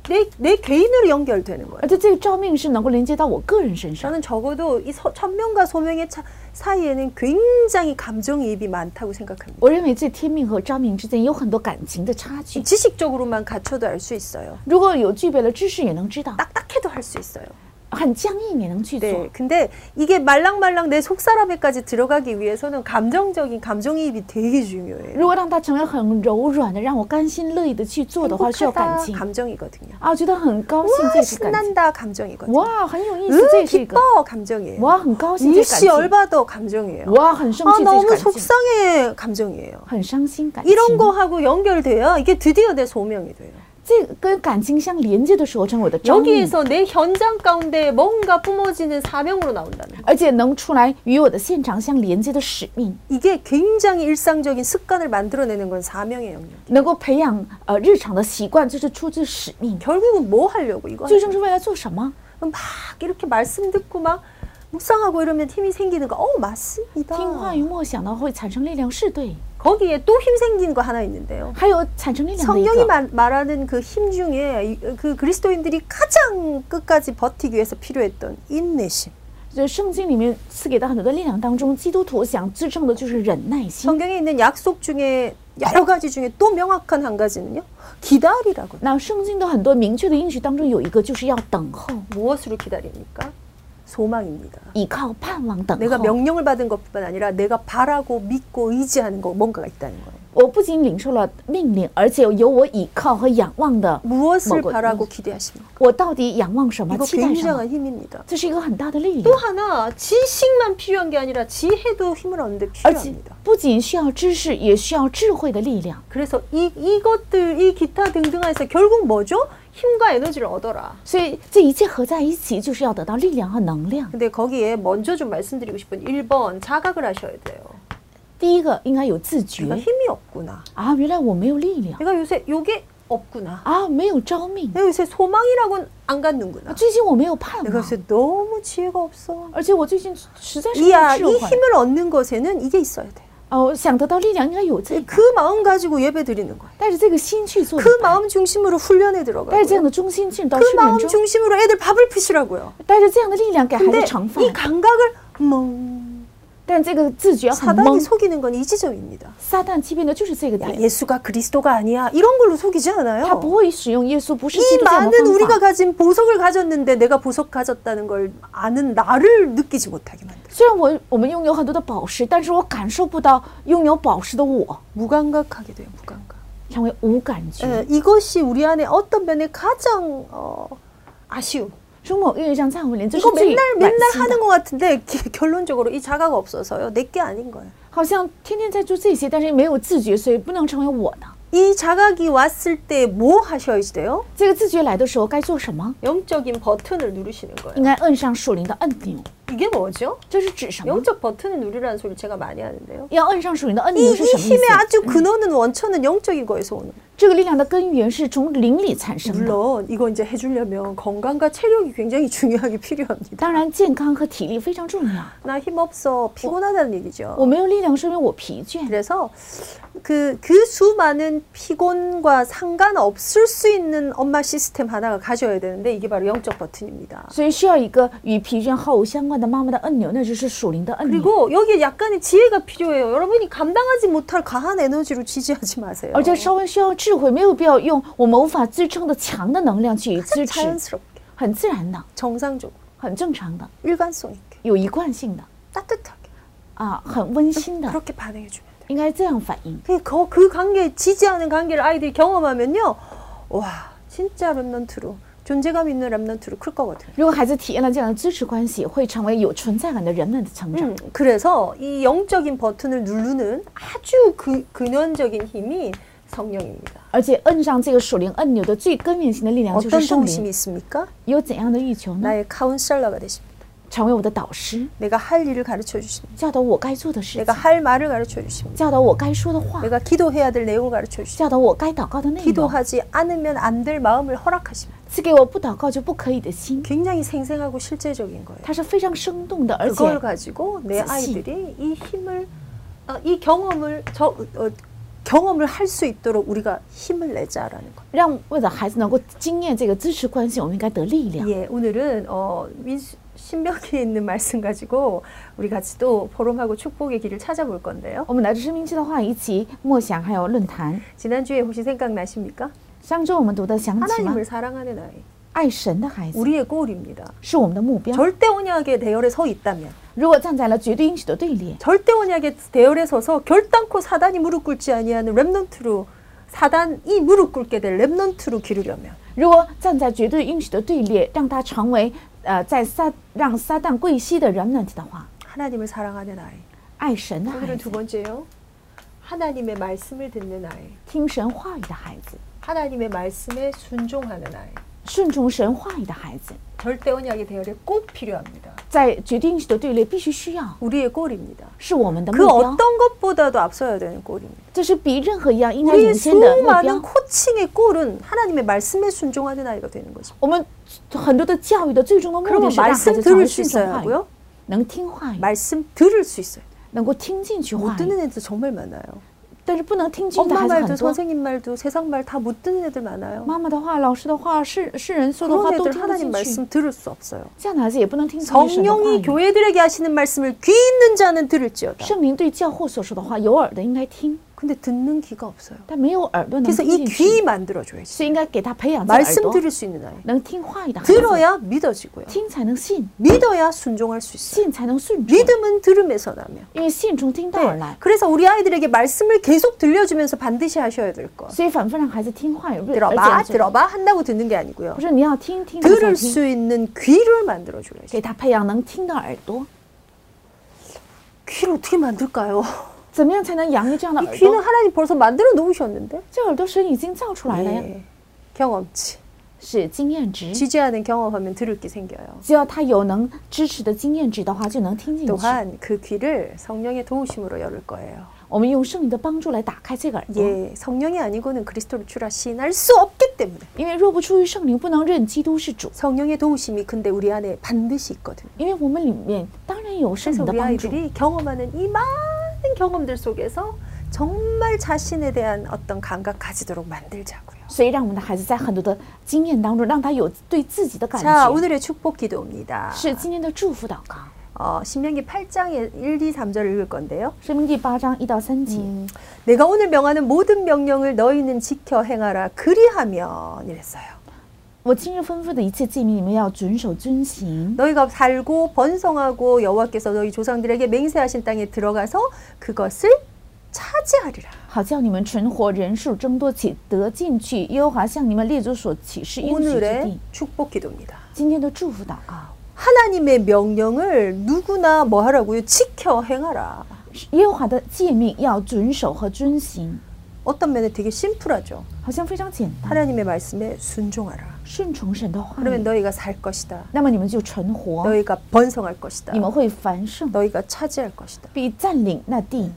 [SPEAKER 1] 내, 내 개인으로 연결되는 거예요.
[SPEAKER 2] 而且这个照命是能够连接到我个人身上。
[SPEAKER 1] 저는 적어도 이 서- 천명과 소명의 차, 사이에는 굉장히 감정이입이 많다고 생각합니다.
[SPEAKER 2] 我认为这天命和照命之间有很多感情的差距。
[SPEAKER 1] 지식적으로만 갖춰도 알 수 있어요.
[SPEAKER 2] 如果有具备了知识，也能知道；
[SPEAKER 1] 딱딱해도 할 수 있어요.
[SPEAKER 2] 很僵硬也能去做
[SPEAKER 1] 네. 。 근데 이게 말랑말랑 내 속사람에까지 들어가기 위해서는 감정적인 감정이입이 되게 중요해요.
[SPEAKER 2] 如果让它成为很柔软的，让我甘心乐意的去做的话，需要感
[SPEAKER 1] 행복하다
[SPEAKER 2] 情
[SPEAKER 1] 감정이거든요.
[SPEAKER 2] 啊，觉得很高兴，这
[SPEAKER 1] 와,
[SPEAKER 2] 也是感情。
[SPEAKER 1] 신난다 감정이거든요.
[SPEAKER 2] 哇，很有意思，这
[SPEAKER 1] 으,
[SPEAKER 2] 也是一个
[SPEAKER 1] 기뻐 음, 감정이에요.
[SPEAKER 2] 哇，很高兴，这是
[SPEAKER 1] 일시
[SPEAKER 2] 感情。
[SPEAKER 1] 열받어 감정이에요.
[SPEAKER 2] 哇，很生
[SPEAKER 1] 아,
[SPEAKER 2] 气，这是
[SPEAKER 1] 너무
[SPEAKER 2] 感情。
[SPEAKER 1] 속상해 감정이에요.
[SPEAKER 2] 很伤心，感情。
[SPEAKER 1] 이런 거하고 연결돼요. 이게 드디어 내 소명이 돼요.
[SPEAKER 2] 这个跟感情相连接的时候，成为我的照命，
[SPEAKER 1] 여기에서 내 현장 가운데 뭔가 뿜어지는 사명으로 나온다는 거예요.
[SPEAKER 2] 而且能出来与我的现场相连接的使命，
[SPEAKER 1] 이게 굉장히 일상적인 습관을 만들어내는 건 사명의 영역.
[SPEAKER 2] 能够培养呃日常的习惯，就是出自使命。
[SPEAKER 1] 결국은 뭐 하려고 이거
[SPEAKER 2] 最终是为了做什么？
[SPEAKER 1] 하려고. 막 이렇게 말씀 듣고 막 묵상하고 이러면 힘이 생기는 거. 어 맞습니다.
[SPEAKER 2] 听话与默想呢，会产生力量，是对。
[SPEAKER 1] 거기에 또 힘 생기는 거 하나 있는데요.
[SPEAKER 2] 还有产生力量的一
[SPEAKER 1] 성경이
[SPEAKER 2] 个，
[SPEAKER 1] 말, 말하는 그 힘 중에 이- 그 그리스도인들이 가장 끝까지 버티기 위해서 필요했던 인내심.
[SPEAKER 2] 就是圣经里面赐给的很多的力量当中，基督徒想支撑的就是忍耐心。
[SPEAKER 1] 성경에 있는 약속 중에 여러 가지 중에 또 명확한 한 가지는요. 기다리라고.
[SPEAKER 2] 那圣经的很多明确的应许当中，有一个就是要等候，
[SPEAKER 1] 무엇으로 기다립니까? 소망입니다.
[SPEAKER 2] 倚靠、盼望、等
[SPEAKER 1] 내가
[SPEAKER 2] 候。
[SPEAKER 1] 명령을 받은 것뿐만 아니라 내가 바라고 믿고 의지하는 거 뭔가가 있다는 거예요.
[SPEAKER 2] 我不仅领受了命令，而且有我倚靠和仰望的。
[SPEAKER 1] 무엇을
[SPEAKER 2] 먹어요.
[SPEAKER 1] 바라고 기대하십니까?
[SPEAKER 2] 我到底仰望什么，
[SPEAKER 1] 이거
[SPEAKER 2] 期待什么？
[SPEAKER 1] 굉장한 힘입니다.
[SPEAKER 2] 这是一个很大的力
[SPEAKER 1] 또
[SPEAKER 2] 量，
[SPEAKER 1] 하나 지식만 필요한 게 아니라 지혜도 힘을 얻는데
[SPEAKER 2] 而且
[SPEAKER 1] 필요합니다.
[SPEAKER 2] 不仅需要知识，也需要智慧的力量。
[SPEAKER 1] 그래서 이 이것들 이 기타 등등에서 결국 뭐죠? 힘과 에너지를 얻어라.
[SPEAKER 2] 所以这一切合在一起，就是要得到力量和能量。
[SPEAKER 1] 근데 거기에 먼저 좀 말씀드리고 싶은 1번 자각을 하셔야 돼요.
[SPEAKER 2] 第一个应该有自
[SPEAKER 1] 내가
[SPEAKER 2] 觉
[SPEAKER 1] 힘이 없구나.
[SPEAKER 2] 啊，原来我没有力量
[SPEAKER 1] 내가 요새 요게 없구나.
[SPEAKER 2] 啊，没有招命，
[SPEAKER 1] 내가 요새 소망이라고는 안 갖는구나.
[SPEAKER 2] 最近我没有盼
[SPEAKER 1] 내가
[SPEAKER 2] 望，
[SPEAKER 1] 요새 너무 지혜가 없어.
[SPEAKER 2] 而且我最近实在是没
[SPEAKER 1] 이야
[SPEAKER 2] 有
[SPEAKER 1] 이
[SPEAKER 2] 智慧
[SPEAKER 1] 힘을 얻는 것에는 이게 있어야 돼.
[SPEAKER 2] 哦，想得到力量应该有这个，
[SPEAKER 1] 그 마음 가지고 예배 드리는 거예요.
[SPEAKER 2] 带着这个心去做礼
[SPEAKER 1] 그
[SPEAKER 2] 拜，
[SPEAKER 1] 마음 중심으로 훈련에
[SPEAKER 2] 带着这
[SPEAKER 1] 들어가고
[SPEAKER 2] 样的中心进入到
[SPEAKER 1] 그
[SPEAKER 2] 训
[SPEAKER 1] 마음
[SPEAKER 2] 练中，
[SPEAKER 1] 중심으로 애들 밥을 피시라고요.
[SPEAKER 2] 带着这样的力量给孩
[SPEAKER 1] 근데
[SPEAKER 2] 子盛饭
[SPEAKER 1] 이 ， 감각을 멍
[SPEAKER 2] 但这个自觉很
[SPEAKER 1] 사단이
[SPEAKER 2] 懵，
[SPEAKER 1] 속이는 건 이 지점입니다.
[SPEAKER 2] 撒旦欺骗的就是这个
[SPEAKER 1] 야
[SPEAKER 2] 点，
[SPEAKER 1] 예수가 그리스도가 아니야 이런 걸로 속이지
[SPEAKER 2] 他
[SPEAKER 1] 않아요.
[SPEAKER 2] 不会使用耶稣不是基
[SPEAKER 1] 이
[SPEAKER 2] 督这哦样的
[SPEAKER 1] 많은
[SPEAKER 2] 方
[SPEAKER 1] 우리가
[SPEAKER 2] 法。
[SPEAKER 1] 가진 보석을 가졌는데 내가 보석 가졌다는 걸 아는 나를 느끼지 못하게 만들어.
[SPEAKER 2] 虽然我我们拥有很多的宝石，但是我感受不到拥有宝石的我，
[SPEAKER 1] 무감각하게 돼요 무감각.
[SPEAKER 2] 成为无感觉。
[SPEAKER 1] 예, 이것이 우리 안에 어떤 면에 가장 어, 아쉬움.
[SPEAKER 2] 从某意义上，在我们里，这是
[SPEAKER 1] 이거
[SPEAKER 2] 最
[SPEAKER 1] 맨날
[SPEAKER 2] 惋
[SPEAKER 1] 맨날
[SPEAKER 2] 惜的
[SPEAKER 1] 하는 것 같은데 기- 결론적으로 이 자가가 없어서요 내게 아닌 거예요.
[SPEAKER 2] 好像天天在做这些，但是没有自觉，所以不能成为我的。
[SPEAKER 1] 이 자각이 왔을 때 뭐 하셔야지 돼요?
[SPEAKER 2] 这个自觉来的时候该做什么？
[SPEAKER 1] 영적인 버튼을 누르시는 거예요.
[SPEAKER 2] 应该摁上属灵的按钮，
[SPEAKER 1] 이게 뭐죠?
[SPEAKER 2] 这是指什么？
[SPEAKER 1] 영적 버튼을 누르라는 소리 제가 많이 하는데요.
[SPEAKER 2] 要摁上属灵的按
[SPEAKER 1] 이
[SPEAKER 2] 钮
[SPEAKER 1] 이
[SPEAKER 2] 是什么意
[SPEAKER 1] 힘의
[SPEAKER 2] 思？
[SPEAKER 1] 아주 근원은 원천은 영적인 거에서 오는. 거예요.
[SPEAKER 2] 这个力量的根源是从灵里产生的。
[SPEAKER 1] 물론 이거 이제 해주려면 건강과 체력이 굉장히 중요하게 필요합니다.
[SPEAKER 2] 当然，健康和体力非常重要。
[SPEAKER 1] 나 힘 없어 피곤하다는
[SPEAKER 2] 我
[SPEAKER 1] 얘기죠.
[SPEAKER 2] 没有力量，说明我疲倦。
[SPEAKER 1] 그래서 그, 그 수많은 피곤과 상관없을 수 있는 엄마 시스템 하나가 가져야 되는데 이게 바로 영적 버튼입니다.
[SPEAKER 2] 所以需要一个与疲倦毫无相关的妈妈的按钮，那就是属灵的按钮。
[SPEAKER 1] 그리고 여기에 약간의 지혜가 필요해요. 여러분이 감당하지 못할 과한 에너지로 지지하지 마세요.
[SPEAKER 2] 而且稍微需要智慧，没有必要用我们无法支撑的强的能量去支持，
[SPEAKER 1] 자연스럽게,
[SPEAKER 2] 很自然的，
[SPEAKER 1] 정상적으로,
[SPEAKER 2] 很正常的，
[SPEAKER 1] 일관성 있게,
[SPEAKER 2] 有一贯性的
[SPEAKER 1] 따뜻하게
[SPEAKER 2] 啊，很温馨的，
[SPEAKER 1] 그렇게 반응해 주면 돼요.
[SPEAKER 2] 应该这样反应。
[SPEAKER 1] 그, 거- 그 관계, 지지하는 관계를 아이들이 경험하면요. 와, 진짜 랩런트로, 존재감 있는 랩런트로 클 거거든요.
[SPEAKER 2] 如果孩子体验了这样的支持关系，会成为有存在感的人们的成长。
[SPEAKER 1] 음, 그래서 이 영적인 버튼을 누르는 아주 그, 근원적인 힘이 성령입니다.
[SPEAKER 2] 而且摁上这个属灵按钮的最根源性的力量就
[SPEAKER 1] 어떤
[SPEAKER 2] 是圣灵
[SPEAKER 1] 동심이 。 있습니까?
[SPEAKER 2] 有怎样的欲求呢？
[SPEAKER 1] 나의 카운셀러가 되십니다.
[SPEAKER 2] 成为我的导师，
[SPEAKER 1] 내가 할 일을 가르쳐 주십니다.
[SPEAKER 2] 教导我该做的事
[SPEAKER 1] 내가
[SPEAKER 2] 情，
[SPEAKER 1] 할 말을 가르쳐 주십니다.
[SPEAKER 2] 教导我该说的话，
[SPEAKER 1] 내가 기도해야 될 내용을 가르쳐 주십니다.
[SPEAKER 2] 教导我该祷告的内容，
[SPEAKER 1] 기도하지 않으면 안 될 마음을 허락하십니다.
[SPEAKER 2] 赐给我不祷告就不可以的心。
[SPEAKER 1] 굉장히 생생하고 실제적인 거예요.
[SPEAKER 2] 它是非常生动的，而
[SPEAKER 1] 그걸
[SPEAKER 2] 且
[SPEAKER 1] 가지고 내
[SPEAKER 2] 자신.
[SPEAKER 1] 아이들이 이 힘을 어, 이 경험을 저, 어, 경험을 할 수 있도록 우리가 힘을 내자라는 거.
[SPEAKER 2] 让为了孩子能够经验这个支持关系，我们应该得力量。
[SPEAKER 1] 예, 오늘은 어, 민수- 신명기에 있는 말씀 가지고 우리 같이 또 보름하고 축복의 길을 찾아볼 건데요.
[SPEAKER 2] 我们来自生命记的话，以及默想还有论坛。
[SPEAKER 1] 지난주에 혹시 생각나십니까?
[SPEAKER 2] 上周我们读的想起吗？
[SPEAKER 1] 하나님을 사랑하는 아이. 예.
[SPEAKER 2] 爱神的孩子
[SPEAKER 1] 우리의 골입니다.
[SPEAKER 2] 是我们的目标。
[SPEAKER 1] 절대 언약의 대열에 서 있다면,
[SPEAKER 2] 如果站在了绝对应许的队列，
[SPEAKER 1] 절대 언약의 대열에 서서 결단코 사단이 무릎 꿇지 아니하는 렘넌트로 사단이 무릎 꿇게 될 렘넌트로 기르려면
[SPEAKER 2] 如果站在绝对应许的队列，让他成为呃在撒让撒旦跪膝的 remnant 的话，
[SPEAKER 1] 하나님을 사랑하는 아이.
[SPEAKER 2] 爱神的孩
[SPEAKER 1] 오늘은 두
[SPEAKER 2] 子，
[SPEAKER 1] 번째요. 하나님의 말씀을 듣는 아이.
[SPEAKER 2] 听神话语的孩子，
[SPEAKER 1] 하나님의 말씀에 순종하는 아이.
[SPEAKER 2] 顺从神话语的孩子，
[SPEAKER 1] 절대 언약의 대열에 꼭 필요합니다.
[SPEAKER 2] 在绝对应许的队列必须需要，
[SPEAKER 1] 우리의 골입니다.
[SPEAKER 2] 是我们的
[SPEAKER 1] 그
[SPEAKER 2] 目标，
[SPEAKER 1] 어떤 것보다도 앞서야 되는 골입니다.
[SPEAKER 2] 这是比任何一样应该
[SPEAKER 1] 우리의
[SPEAKER 2] 领先的目
[SPEAKER 1] 수많은
[SPEAKER 2] 标。
[SPEAKER 1] 코칭의 골은 하나님의 말씀에 순종하는 아이가 되는 거죠.
[SPEAKER 2] 我们很多的教育的最终的目的
[SPEAKER 1] 그러면
[SPEAKER 2] 是让孩
[SPEAKER 1] 말씀
[SPEAKER 2] 子成为
[SPEAKER 1] 들을 수
[SPEAKER 2] 顺从
[SPEAKER 1] 있어야
[SPEAKER 2] 话语，
[SPEAKER 1] 하고요.
[SPEAKER 2] 能听话语，
[SPEAKER 1] 말씀 들을 수 있어요.
[SPEAKER 2] 能够听进去
[SPEAKER 1] 못
[SPEAKER 2] 话语，
[SPEAKER 1] 듣는 애들 정말 많아요. 但是
[SPEAKER 2] 不能听进去的
[SPEAKER 1] 엄마
[SPEAKER 2] 孩子
[SPEAKER 1] 말도
[SPEAKER 2] 很多。
[SPEAKER 1] 선생님 말도 세상 말 다 못 듣는 애들 많아요.
[SPEAKER 2] 妈妈的话、老师的话、世世人说的话
[SPEAKER 1] 그런
[SPEAKER 2] 都
[SPEAKER 1] 애들
[SPEAKER 2] 听不
[SPEAKER 1] 하나님
[SPEAKER 2] 进去，
[SPEAKER 1] 말씀 들을 수 없어요.
[SPEAKER 2] 这样的孩子也不能听从神的话
[SPEAKER 1] 성령이
[SPEAKER 2] 语。
[SPEAKER 1] 교회들에게 하시는 말씀을 귀 있는 자는 들을지어다.
[SPEAKER 2] 圣灵对教会所说的话，有耳的应该听，
[SPEAKER 1] 근데 듣는 귀가 없어요.
[SPEAKER 2] 但没有耳朵能
[SPEAKER 1] 그래서
[SPEAKER 2] 听进
[SPEAKER 1] 이
[SPEAKER 2] 去，
[SPEAKER 1] 귀 만들어줘야지.
[SPEAKER 2] 所以应该给他培养这耳
[SPEAKER 1] 말씀
[SPEAKER 2] 朵，
[SPEAKER 1] 들을 수 있는 아이.
[SPEAKER 2] 能听话语的孩子，
[SPEAKER 1] 들어야 믿어지고요.
[SPEAKER 2] 听才能信，
[SPEAKER 1] 믿어야 순종할 수 있어요.
[SPEAKER 2] 信才能顺从，
[SPEAKER 1] 믿음은 들음에서 나며.
[SPEAKER 2] 因为信从听到而
[SPEAKER 1] 네.
[SPEAKER 2] 来，
[SPEAKER 1] 그래서 우리 아이들에게 말씀을 계속 들려주면서 반드시 하셔야 될 거.
[SPEAKER 2] 所以反复让孩子听话语，而不是
[SPEAKER 1] 들어봐,
[SPEAKER 2] 而且
[SPEAKER 1] 들어봐 한다고 듣는 게 아니고요.
[SPEAKER 2] 不是你要听听才
[SPEAKER 1] 들을
[SPEAKER 2] 听，
[SPEAKER 1] 수 있는 귀를 만들어줘야지.
[SPEAKER 2] 给他培养能听的耳朵，
[SPEAKER 1] 귀를 어떻게 만들까요?
[SPEAKER 2] 怎么样才能养育这样的
[SPEAKER 1] 이
[SPEAKER 2] 耳
[SPEAKER 1] 귀는
[SPEAKER 2] 朵？
[SPEAKER 1] 하나님 벌써 만들어 놓으셨는데.
[SPEAKER 2] 这耳朵神已经造出来了呀，
[SPEAKER 1] 예. 경험치.
[SPEAKER 2] 是经验
[SPEAKER 1] 네.
[SPEAKER 2] 值。
[SPEAKER 1] 지지하는 경험하면 들을 게 생겨요.
[SPEAKER 2] 只要他有能支持的经验值的话，就能听进去。
[SPEAKER 1] 또한 그 귀를 성령의 도우심으로 열을 거예요.
[SPEAKER 2] 我们用圣灵的帮助来打开这个耳朵，
[SPEAKER 1] 예, 성령이 아니고는 그리스도를 주라 시인할 수 없기 때문에
[SPEAKER 2] 因为若不出于圣灵，不能认基督是主。
[SPEAKER 1] 성령의 도우심이 근데 우리 안에 반드시 있거든요.
[SPEAKER 2] 因为我们里面当然有圣
[SPEAKER 1] 그래서
[SPEAKER 2] 灵的
[SPEAKER 1] 우리
[SPEAKER 2] 帮助，
[SPEAKER 1] 아이들이 경험하는 이 많은 경험들 속에서 정말 자신에 대한 어떤 감각 가지도록 만들자고요.
[SPEAKER 2] 所以让我们的孩子在很多的经验当中，让他有对自己的感
[SPEAKER 1] 자,
[SPEAKER 2] 觉，
[SPEAKER 1] 오늘의 축복 기도입니다.
[SPEAKER 2] 是今天的祝福祷告。
[SPEAKER 1] 어, 신명기 8장의 1, 2, 3절을 읽을 건데요.
[SPEAKER 2] 生命第八章一到三节，
[SPEAKER 1] 내가 오늘 명하는 모든 명령을 너희는 지켜 행하라 그리하면 이랬어요.
[SPEAKER 2] 我今日吩咐的一切诫命，你们要遵守遵行。
[SPEAKER 1] 너희가 살고 번성하고 여호와께서 너희 조상들에게 맹세하신 땅에 들어가서 그것을 차지하리라.
[SPEAKER 2] 好叫你们存活，人数增多，且得进去耶和华向你们列祖所启示应许之
[SPEAKER 1] 오늘의
[SPEAKER 2] 地。
[SPEAKER 1] 축복 기도입니다.
[SPEAKER 2] 今天的祝福祷告。
[SPEAKER 1] 하나님의 명령을 누구나 뭐 하라고요? 지켜 행하라.
[SPEAKER 2] 耶和华的诫命要遵守和遵行，
[SPEAKER 1] 어떤 면에 되게 심플하죠.
[SPEAKER 2] 好像非常简单，
[SPEAKER 1] 하나님의 말씀에 순종하라.
[SPEAKER 2] 顺从神的话
[SPEAKER 1] 그러면
[SPEAKER 2] 语，
[SPEAKER 1] 너희가 살 것이다.
[SPEAKER 2] 那么你们就存活，
[SPEAKER 1] 너희가 번성할 것이다.
[SPEAKER 2] 你们会繁盛，
[SPEAKER 1] 너희가 차지할 것이다.
[SPEAKER 2] 必占领那地。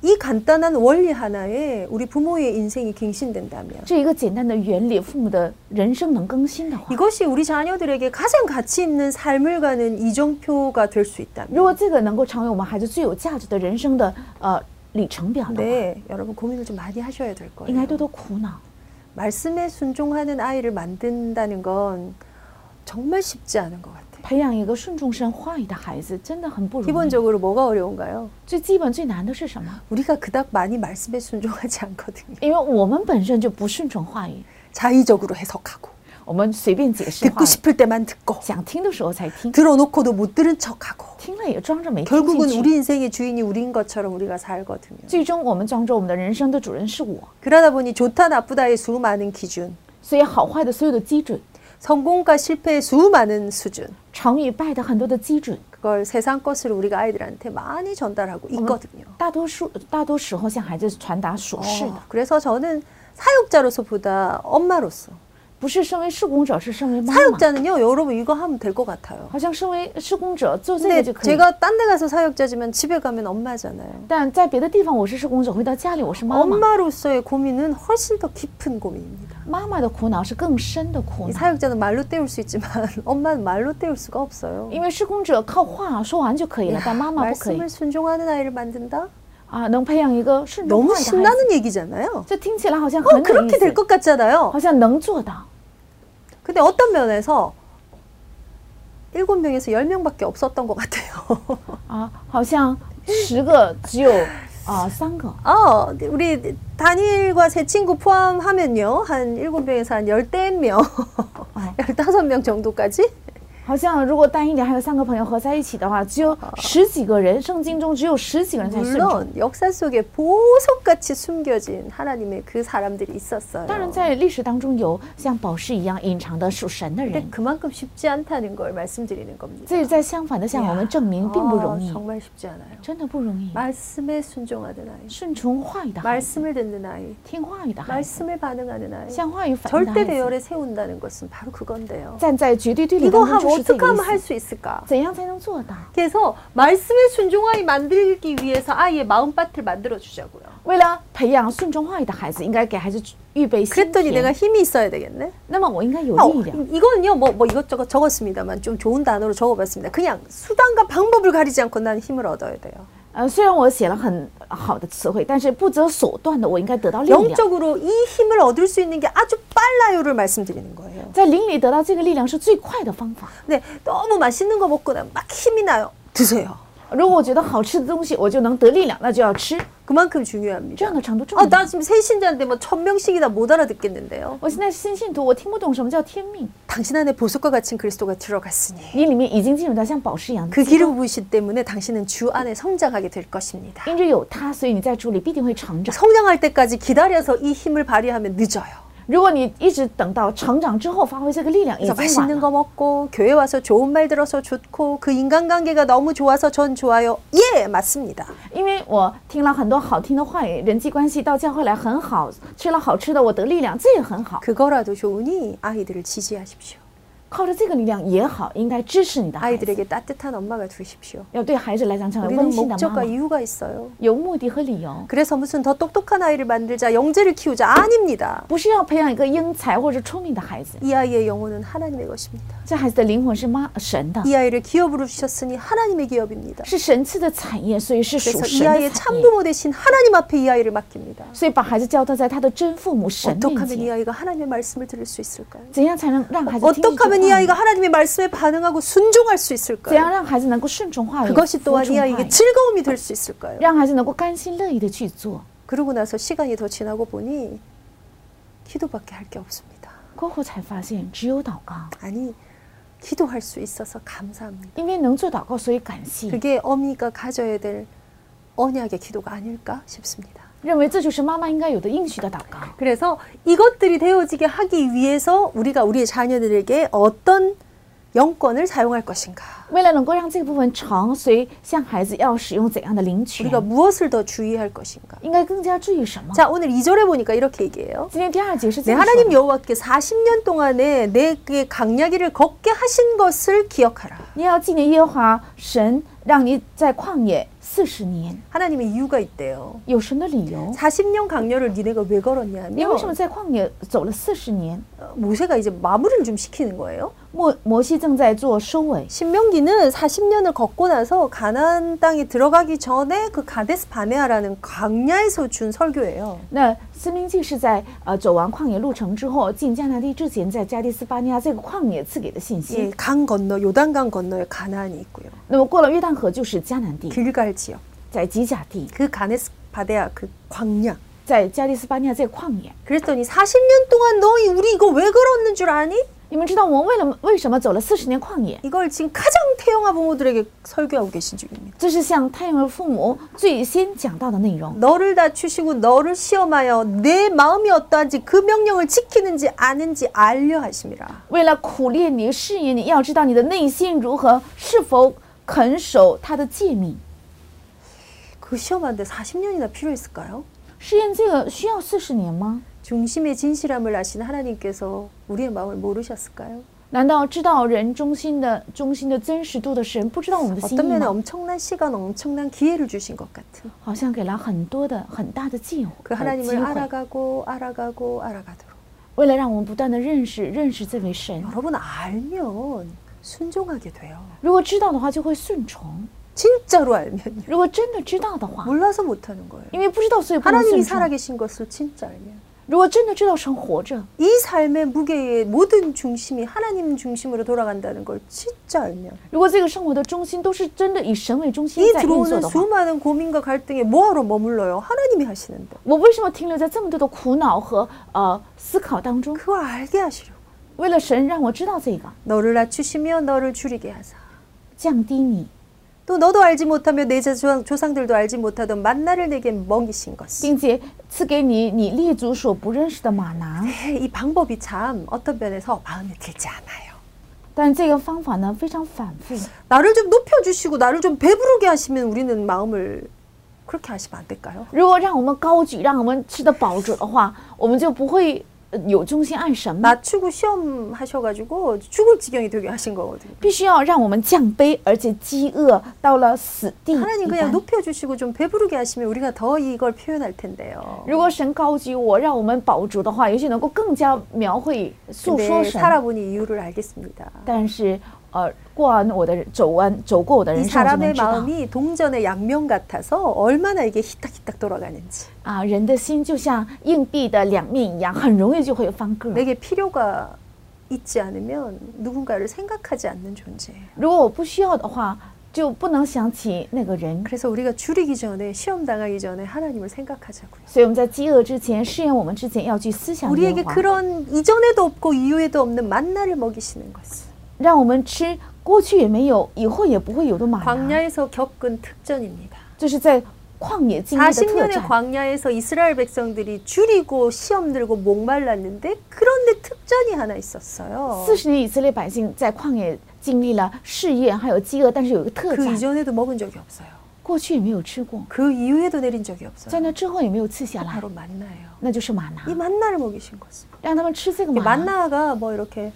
[SPEAKER 1] 이 간단한 원리 하나에 우리 부모의 인생이 갱신된다면
[SPEAKER 2] 这一个简单的原理，父母的人生能更新的话，
[SPEAKER 1] 이것이 우리 자녀들에게 가장 가치 있는 삶을 가는 이정표가 될 수 있다면
[SPEAKER 2] 如果这个能够成为我们孩子最有价值的人生的呃里程表的话，
[SPEAKER 1] 네, 여러분 고민을 좀 많이 하셔야 될
[SPEAKER 2] 应
[SPEAKER 1] 거예요.
[SPEAKER 2] 该多多苦恼。
[SPEAKER 1] 말씀에 순종하는 아이를 만든다는 건 정말 쉽지 않은 것 같아요.
[SPEAKER 2] 培养一个顺从神话语的孩子真的很不容易。
[SPEAKER 1] 기본적으로 뭐가 어려운가요?
[SPEAKER 2] 最基本最难的是什么？
[SPEAKER 1] 우리가 그닥 많이 말씀에 순종하지 않거든요.
[SPEAKER 2] 因为我们本身就不顺从话语，
[SPEAKER 1] 자의적으로 해석하고
[SPEAKER 2] 我们随便解释话
[SPEAKER 1] 듣고
[SPEAKER 2] 语，
[SPEAKER 1] 싶을 때만 듣고
[SPEAKER 2] 想听的时候才听，
[SPEAKER 1] 들어놓고도 못 들은 척하고
[SPEAKER 2] 听了也装着没听进
[SPEAKER 1] 결국은
[SPEAKER 2] 去。
[SPEAKER 1] 우리 인생의 주인이 우린 것처럼 우리가 살거든요.
[SPEAKER 2] 最终我们装作我们的人生的主人是我，
[SPEAKER 1] 그러다 보니 좋다 나쁘다의 수많은 기준,
[SPEAKER 2] 所以好坏的所有的基准，
[SPEAKER 1] 성공과 실패의 수많은 수준,
[SPEAKER 2] 成与败的很多的基准，
[SPEAKER 1] 그걸 세상 것으로 우리가 아이들한테 많이 전달하고 있거든요.
[SPEAKER 2] 大多数大多时候向孩子传达
[SPEAKER 1] 어.
[SPEAKER 2] 琐事的，
[SPEAKER 1] 그래서 저는 사역자로서보다 엄마로서
[SPEAKER 2] 不是身为施工者，是身为妈妈。
[SPEAKER 1] 사역자는요 여러분 이거 하면 될 것 같아요.
[SPEAKER 2] 好像身为施工者做这
[SPEAKER 1] 근데
[SPEAKER 2] 个就可以，
[SPEAKER 1] 제가 딴 데 가서 사역자지만 집에 가면 엄마잖아요.
[SPEAKER 2] 但在别的地方我是施工者，回到家里我是妈妈，
[SPEAKER 1] 엄마로서의 고민은 훨씬 더 깊은 고민입니다.
[SPEAKER 2] 妈妈的苦恼是更深的苦
[SPEAKER 1] 이
[SPEAKER 2] 恼，
[SPEAKER 1] 사역자는 말로 때울 수 있지만 엄마는 말로 때울 수가 없어요. 哎 네.
[SPEAKER 2] 因为施工者靠话说完就可以了，但妈妈不可以
[SPEAKER 1] 말씀을 。 순종하는 아이를 만든다?
[SPEAKER 2] 啊，能培养一个是
[SPEAKER 1] 너무 신나는 얘기잖아요.
[SPEAKER 2] 这听起来好像
[SPEAKER 1] 어,
[SPEAKER 2] 很有意
[SPEAKER 1] 그렇게
[SPEAKER 2] 思
[SPEAKER 1] 될 ，것 같잖아요.
[SPEAKER 2] 好像能做到。
[SPEAKER 1] 근데 어떤 면에서 일곱 명에서 10명밖에 없었던 것 같아요.
[SPEAKER 2] 啊，好像十个只有啊三个
[SPEAKER 1] 어, 우리 다니엘과 제 친구 포함하면요. 한 일곱 명에서한 14명,
[SPEAKER 2] 啊，
[SPEAKER 1] 15명 정도까지?
[SPEAKER 2] 好像如果单一点还有三个朋友合在一起的话，只有十几个人，圣经中只有十几个人才顺从。
[SPEAKER 1] 물론 역사 속에 보석같이 숨겨진 하나님의 그 사람들이 있었어요.
[SPEAKER 2] 当然，在历史当中有像宝石一样隐藏的属神的
[SPEAKER 1] 근데
[SPEAKER 2] 人，
[SPEAKER 1] 그만큼 쉽지 않다는 걸 말씀드리는 겁니다.
[SPEAKER 2] 这在相反的向我们证
[SPEAKER 1] 哎
[SPEAKER 2] 明并不
[SPEAKER 1] 아,
[SPEAKER 2] 容易，
[SPEAKER 1] 정말 쉽지 않아요.
[SPEAKER 2] 真的不容易。
[SPEAKER 1] 말씀에 순종하는 아이,
[SPEAKER 2] 顺从话语的孩子，
[SPEAKER 1] 말씀을 듣는 아이,
[SPEAKER 2] 听话语的孩子，
[SPEAKER 1] 말씀에 반응하는 아이.
[SPEAKER 2] 向话语反应的
[SPEAKER 1] 절대
[SPEAKER 2] 孩子，
[SPEAKER 1] 대열에 세운다는 것은 바로 그건데요.
[SPEAKER 2] 站在绝对对立
[SPEAKER 1] 이거
[SPEAKER 2] 当
[SPEAKER 1] 하면
[SPEAKER 2] 中就是
[SPEAKER 1] 어떻게
[SPEAKER 2] 这个意
[SPEAKER 1] 하면
[SPEAKER 2] 思
[SPEAKER 1] 할 。수 있을까?
[SPEAKER 2] 怎样才能做到？
[SPEAKER 1] 그래서 말씀에 순종하이 만들기 위해서 아이의 마음밭을 만들어 주자고요.
[SPEAKER 2] 为了培养顺从话语的孩子，应该给孩子预备心
[SPEAKER 1] 그랬더니
[SPEAKER 2] 田
[SPEAKER 1] 내가 。 힘이 있어야 되겠네.
[SPEAKER 2] 那么我应该有
[SPEAKER 1] 아,
[SPEAKER 2] 力量。
[SPEAKER 1] 이거는요, 뭐, 뭐 이것저것 적었습니다만 좀 좋은 단어로 적어봤습니다. 그냥 수단과 방법을 가리지 않고 나는 힘을 얻어야 돼요.
[SPEAKER 2] 呃，虽然我写了很好的词汇，但是不择手段的，我应该得到力量。
[SPEAKER 1] 영적으로 이 힘을 얻을 수 있는 게 아주 빨라요를 말씀드리는 거예요.
[SPEAKER 2] 在灵里得到这个力量是最快的方法。
[SPEAKER 1] 근데 너무 맛있는 거 먹고 나면 막 힘이 나요. 드세요.
[SPEAKER 2] 如果我觉得好吃的东西我就能得力量，那就要吃，
[SPEAKER 1] 그만큼
[SPEAKER 2] 这
[SPEAKER 1] 중요합니다.
[SPEAKER 2] 样的程度重
[SPEAKER 1] 아,
[SPEAKER 2] 要。
[SPEAKER 1] 나 지금 새신자인데 뭐 천명씩이나 못 알아듣겠는데요.
[SPEAKER 2] 我现在是新信徒，我听不懂什么叫天命。
[SPEAKER 1] 당신 안에 보석과 같은 그리스도가 들어갔으니
[SPEAKER 2] 你里面已经进入到像宝石一样的
[SPEAKER 1] 그
[SPEAKER 2] 基督，
[SPEAKER 1] 기름 부으시 때문에 당신은 주 안에 성장하게 될 것입니다.
[SPEAKER 2] 因着有它，所以你在主里必定会成长。
[SPEAKER 1] 성장할 때까지 기다려서 이 힘을 발휘하면 늦어요.
[SPEAKER 2] 如果你一直等到成长之后发挥这个力量，已
[SPEAKER 1] 그래서
[SPEAKER 2] 经晚
[SPEAKER 1] 맛있는
[SPEAKER 2] 了。
[SPEAKER 1] 거 먹고 교회 와서 좋은 말 들어서 좋고 그 인간관계가 너무 좋아서 전 좋아요. 예, 맞습니다.
[SPEAKER 2] 因为我听了很多好听的话语，人际关系到教会来很好，吃了好吃的，我得力量，这也很好。
[SPEAKER 1] 그거라도 좋으니 아이들을 지지하십시오.
[SPEAKER 2] 靠着这个力量也好，应该支持你的孩子，
[SPEAKER 1] 아이들에게 따뜻한 엄마가 되십시오.
[SPEAKER 2] 要对孩子来讲成为
[SPEAKER 1] 우리는
[SPEAKER 2] 温馨的妈
[SPEAKER 1] 목적과
[SPEAKER 2] 妈，
[SPEAKER 1] 이유가 있어요.
[SPEAKER 2] 有目的和理由，
[SPEAKER 1] 그래서 무슨 더 똑똑한 아이를 만들자, 영재를 키우자 아닙니다.
[SPEAKER 2] 不是要培养一个英才或者聪明的孩子。
[SPEAKER 1] 이 아이의 영혼은 하나님의 것입니다.
[SPEAKER 2] 这孩子的灵魂是妈神的，
[SPEAKER 1] 이 아이를 기업으로 주셨으니 하나님의 기업입니다.
[SPEAKER 2] 是神赐的产业，所以是属
[SPEAKER 1] 그래서
[SPEAKER 2] 神
[SPEAKER 1] 이
[SPEAKER 2] 的
[SPEAKER 1] 아이의
[SPEAKER 2] 产业。
[SPEAKER 1] 참부모 대신 하나님 앞에 이 아이를 맡깁니다.
[SPEAKER 2] 所以把孩子交到在他的真父母神
[SPEAKER 1] 어떻게
[SPEAKER 2] 面
[SPEAKER 1] 하면 이
[SPEAKER 2] 前，
[SPEAKER 1] 아이가 하나님의 말씀을 들을 수 있을까요?
[SPEAKER 2] 怎样才能让孩子听
[SPEAKER 1] 어떻게
[SPEAKER 2] 进
[SPEAKER 1] 하면 이
[SPEAKER 2] 这话语
[SPEAKER 1] 아이가 하나님의 말씀에 반응하고 순종할 수
[SPEAKER 2] 怎样
[SPEAKER 1] 있을까요?
[SPEAKER 2] 让孩子能够顺从话语，服
[SPEAKER 1] 그것이
[SPEAKER 2] 从话
[SPEAKER 1] 또한 이 아이에게
[SPEAKER 2] 语，
[SPEAKER 1] 즐거움이 될 수 있을까요?
[SPEAKER 2] 让孩子能够甘心乐意的去做。
[SPEAKER 1] 그러고 나서 시간이 더 지나고 보니 기도밖에 할 게 없습니다.
[SPEAKER 2] 过后才发现，只有祷告，
[SPEAKER 1] 아니 기도할 수 있어서 감사합니다.
[SPEAKER 2] 因为能做祷告，所以感谢，
[SPEAKER 1] 그게 어미가 가져야 될 언약의 기도가 아닐까 싶습니다.
[SPEAKER 2] 认为这就是妈妈应该有的应许的祷告。
[SPEAKER 1] 그래서 이것들이 되어지게 하기 위해서 우리가 우리의 자녀들에게 어떤 영권을 사용할 것인가?
[SPEAKER 2] 为了能够让这部分成，所以向孩子要使用怎样的灵权
[SPEAKER 1] 우리가 ， 무엇을 더 주의할 것인가?
[SPEAKER 2] 应该更加注意什么？
[SPEAKER 1] 자, 오늘 2절에 보니까 이렇게 얘기해요.
[SPEAKER 2] 今天第二节是
[SPEAKER 1] 내
[SPEAKER 2] 这样说
[SPEAKER 1] 하나님
[SPEAKER 2] 的
[SPEAKER 1] 여호와께 40년 동안에 내게 강야기를 걷게 하신 것을 기억하라.
[SPEAKER 2] 你要纪念耶和华神，让你在旷野四十年，
[SPEAKER 1] 하나님의 이유가 있대요.
[SPEAKER 2] 有神的理由。
[SPEAKER 1] 40년 강야를 니네가 왜
[SPEAKER 2] 你
[SPEAKER 1] 걸었냐면
[SPEAKER 2] 为什么在旷野走了四十年？
[SPEAKER 1] 어, 모세가 이제 마무리를 좀 시키는 거예요.
[SPEAKER 2] 摩摩西正在做收尾，
[SPEAKER 1] 신명기는 40년을 걷고 나서 가나안 땅에 들어가기 전에 그 가데스 바네아라는 강야에서 준 설교예요.
[SPEAKER 2] 那《司命记》是在呃走完旷野路程之后进迦南地之前，在加利斯巴尼亚这个旷野赐给的信息。
[SPEAKER 1] 예, 강 건너 요단강 건너에 가나안이 있고요.
[SPEAKER 2] 那么过了约旦河就是迦南地，
[SPEAKER 1] 길갈 지역.
[SPEAKER 2] 在吉甲地，
[SPEAKER 1] 그 가데스 바네아 그 광야.
[SPEAKER 2] 在加利斯巴尼亚这个旷野。
[SPEAKER 1] 그랬더니 40년 동안 너희 우리 이거 왜 걸었는 줄 아니?
[SPEAKER 2] 你们知道我们为了为什么走了四十年旷野？
[SPEAKER 1] 이걸 지금 가장 태영아 부모들에게 설교하고 계신 중입니다.
[SPEAKER 2] 这是向太阳儿父母最先讲到的内容。
[SPEAKER 1] 너를 다추시고 너를 시험하여 내 마음이 어떠한지 그 명령을 지키는지 아는지 알려 하심이라.
[SPEAKER 2] 为了苦练你、试验你，要知道你的内心如何，是否肯守他的诫命。
[SPEAKER 1] 그 시험하는데 40년이나 필요했을까요?
[SPEAKER 2] 试验这个需要四十年吗？
[SPEAKER 1] 중심의 진실함을 아시는 하나님께서 우리의 마음을 모르셨을까요?
[SPEAKER 2] 难道知道人中心的中心的真实度的神不知道我们的心
[SPEAKER 1] 어떤
[SPEAKER 2] 意
[SPEAKER 1] 면에
[SPEAKER 2] 吗？
[SPEAKER 1] 엄청난 시간, 엄청난 기회를 주신 것 같은.
[SPEAKER 2] 好像给了很多的很大的机会，
[SPEAKER 1] 그
[SPEAKER 2] 呃机
[SPEAKER 1] 하나님을
[SPEAKER 2] 会，
[SPEAKER 1] 알아가고 알아가고 알아가도록.
[SPEAKER 2] 为了让我们不断的认识认识这位神。
[SPEAKER 1] 여러분 알면 순종하게 돼요.
[SPEAKER 2] 如果知道的话，就会顺从。
[SPEAKER 1] 진짜로 알면요.
[SPEAKER 2] 如果真的知道的话，
[SPEAKER 1] 몰라서 못하는 거예요.
[SPEAKER 2] 因为不知道，所以不能
[SPEAKER 1] 하나님이
[SPEAKER 2] 顺从。
[SPEAKER 1] 살아계신 것을 진짜 알면
[SPEAKER 2] 如果真的知道神活着，
[SPEAKER 1] 이 삶의 무게의 모든 중심이 하나님 중심으로 돌아간다는 걸 진짜 알면
[SPEAKER 2] 如果这个生活的中心都是真的以神为中心
[SPEAKER 1] 이
[SPEAKER 2] 在运作
[SPEAKER 1] 들어오는
[SPEAKER 2] 的话，
[SPEAKER 1] 수많은 고민과 갈등에 뭐하러 머물러요? 하나님이 하시는데
[SPEAKER 2] 我为什么停留在这么多的苦恼和呃思考当中？
[SPEAKER 1] 그걸 알게 하시려고
[SPEAKER 2] 为了神让我知道这个，
[SPEAKER 1] 너를 낮추시며 너를 줄이게 하사
[SPEAKER 2] 降低你，
[SPEAKER 1] 또 너도 알지 못하며 내 조상, 조상들도 알지 못하던 만나를 내게 먹이신 것.
[SPEAKER 2] 并且赐给你你列祖所不认识的马拿。
[SPEAKER 1] 네, 이 방법이 참 어떤 면에서 마음에 들지 않아요.
[SPEAKER 2] 但这个方法呢非常反复，
[SPEAKER 1] 나를 좀 높여주시고 나를 좀 배부르게 하시면 우리는 마음을 그렇게 하시면 안 될까요?
[SPEAKER 2] 如果让我们高举，让我们吃得饱足的话，我们就不会呃有忠心爱神嘛。
[SPEAKER 1] 낮추고 시험하셔가지고 죽을 지경이 되게 하신 거거든요.
[SPEAKER 2] 必须要让我们降卑，而且饥饿到了死地一
[SPEAKER 1] 하나님 그냥
[SPEAKER 2] 般。
[SPEAKER 1] 높여주시고 좀 배부르게 하시면 우리가 더 이걸 표현할 텐데요.
[SPEAKER 2] 如果神高举我，让我们饱足的话，也许能够更加描绘诉说
[SPEAKER 1] 근데
[SPEAKER 2] 神。
[SPEAKER 1] 살아보니 이유를 알겠습니다.
[SPEAKER 2] 但是，呃，过完我的人走完走过我的
[SPEAKER 1] 이
[SPEAKER 2] 人生，我就
[SPEAKER 1] 사람의
[SPEAKER 2] 能知道
[SPEAKER 1] 마음이 동전의 양면 같아서 얼마나 이게 히딱히딱 돌아가는지
[SPEAKER 2] 啊，人的心就像硬币的两面一样，很容易就会翻个儿。
[SPEAKER 1] 내게 필요가 있지 않으면 누군가를 생각하지 않는 존재예요.
[SPEAKER 2] 如果我不需要的话，就不能想起那个人。
[SPEAKER 1] 그래서 우리가 줄이기 전에 시험 당하기 전에 하나님을 생각하자고요.
[SPEAKER 2] 所以我们在饥饿之前，试验我们之前，要去思想耶
[SPEAKER 1] 우리에게
[SPEAKER 2] 和华，
[SPEAKER 1] 그런 이전에도 없고 이후에도 없는 만나를 먹이시는 것이
[SPEAKER 2] 让我们吃过去也没有，以后也不会有的马拿，
[SPEAKER 1] 광야에서 겪은 특전입니다.
[SPEAKER 2] 就是在旷野经历的特
[SPEAKER 1] 40년의
[SPEAKER 2] 战。
[SPEAKER 1] 광야에서 이스라엘 백성들이 줄이고 시험 들고 목말랐는데 그런데 특전이 하나 있었어요.
[SPEAKER 2] 四十年以色列百姓在旷野经历了试验，还有饥饿，但是有一个特
[SPEAKER 1] 그
[SPEAKER 2] 战，
[SPEAKER 1] 이전에도 먹은 적이 없어요.
[SPEAKER 2] 过去也没有吃过，
[SPEAKER 1] 그 이후에도 내린 적이 없어요.
[SPEAKER 2] 在那之后也没有赐下来，
[SPEAKER 1] 바로 만나예요.
[SPEAKER 2] 那就是马拿
[SPEAKER 1] 이 ， 만나를 먹이신 거죠.
[SPEAKER 2] 让他们吃这个
[SPEAKER 1] 이게
[SPEAKER 2] 马拿。
[SPEAKER 1] 만나가 뭐 이렇게,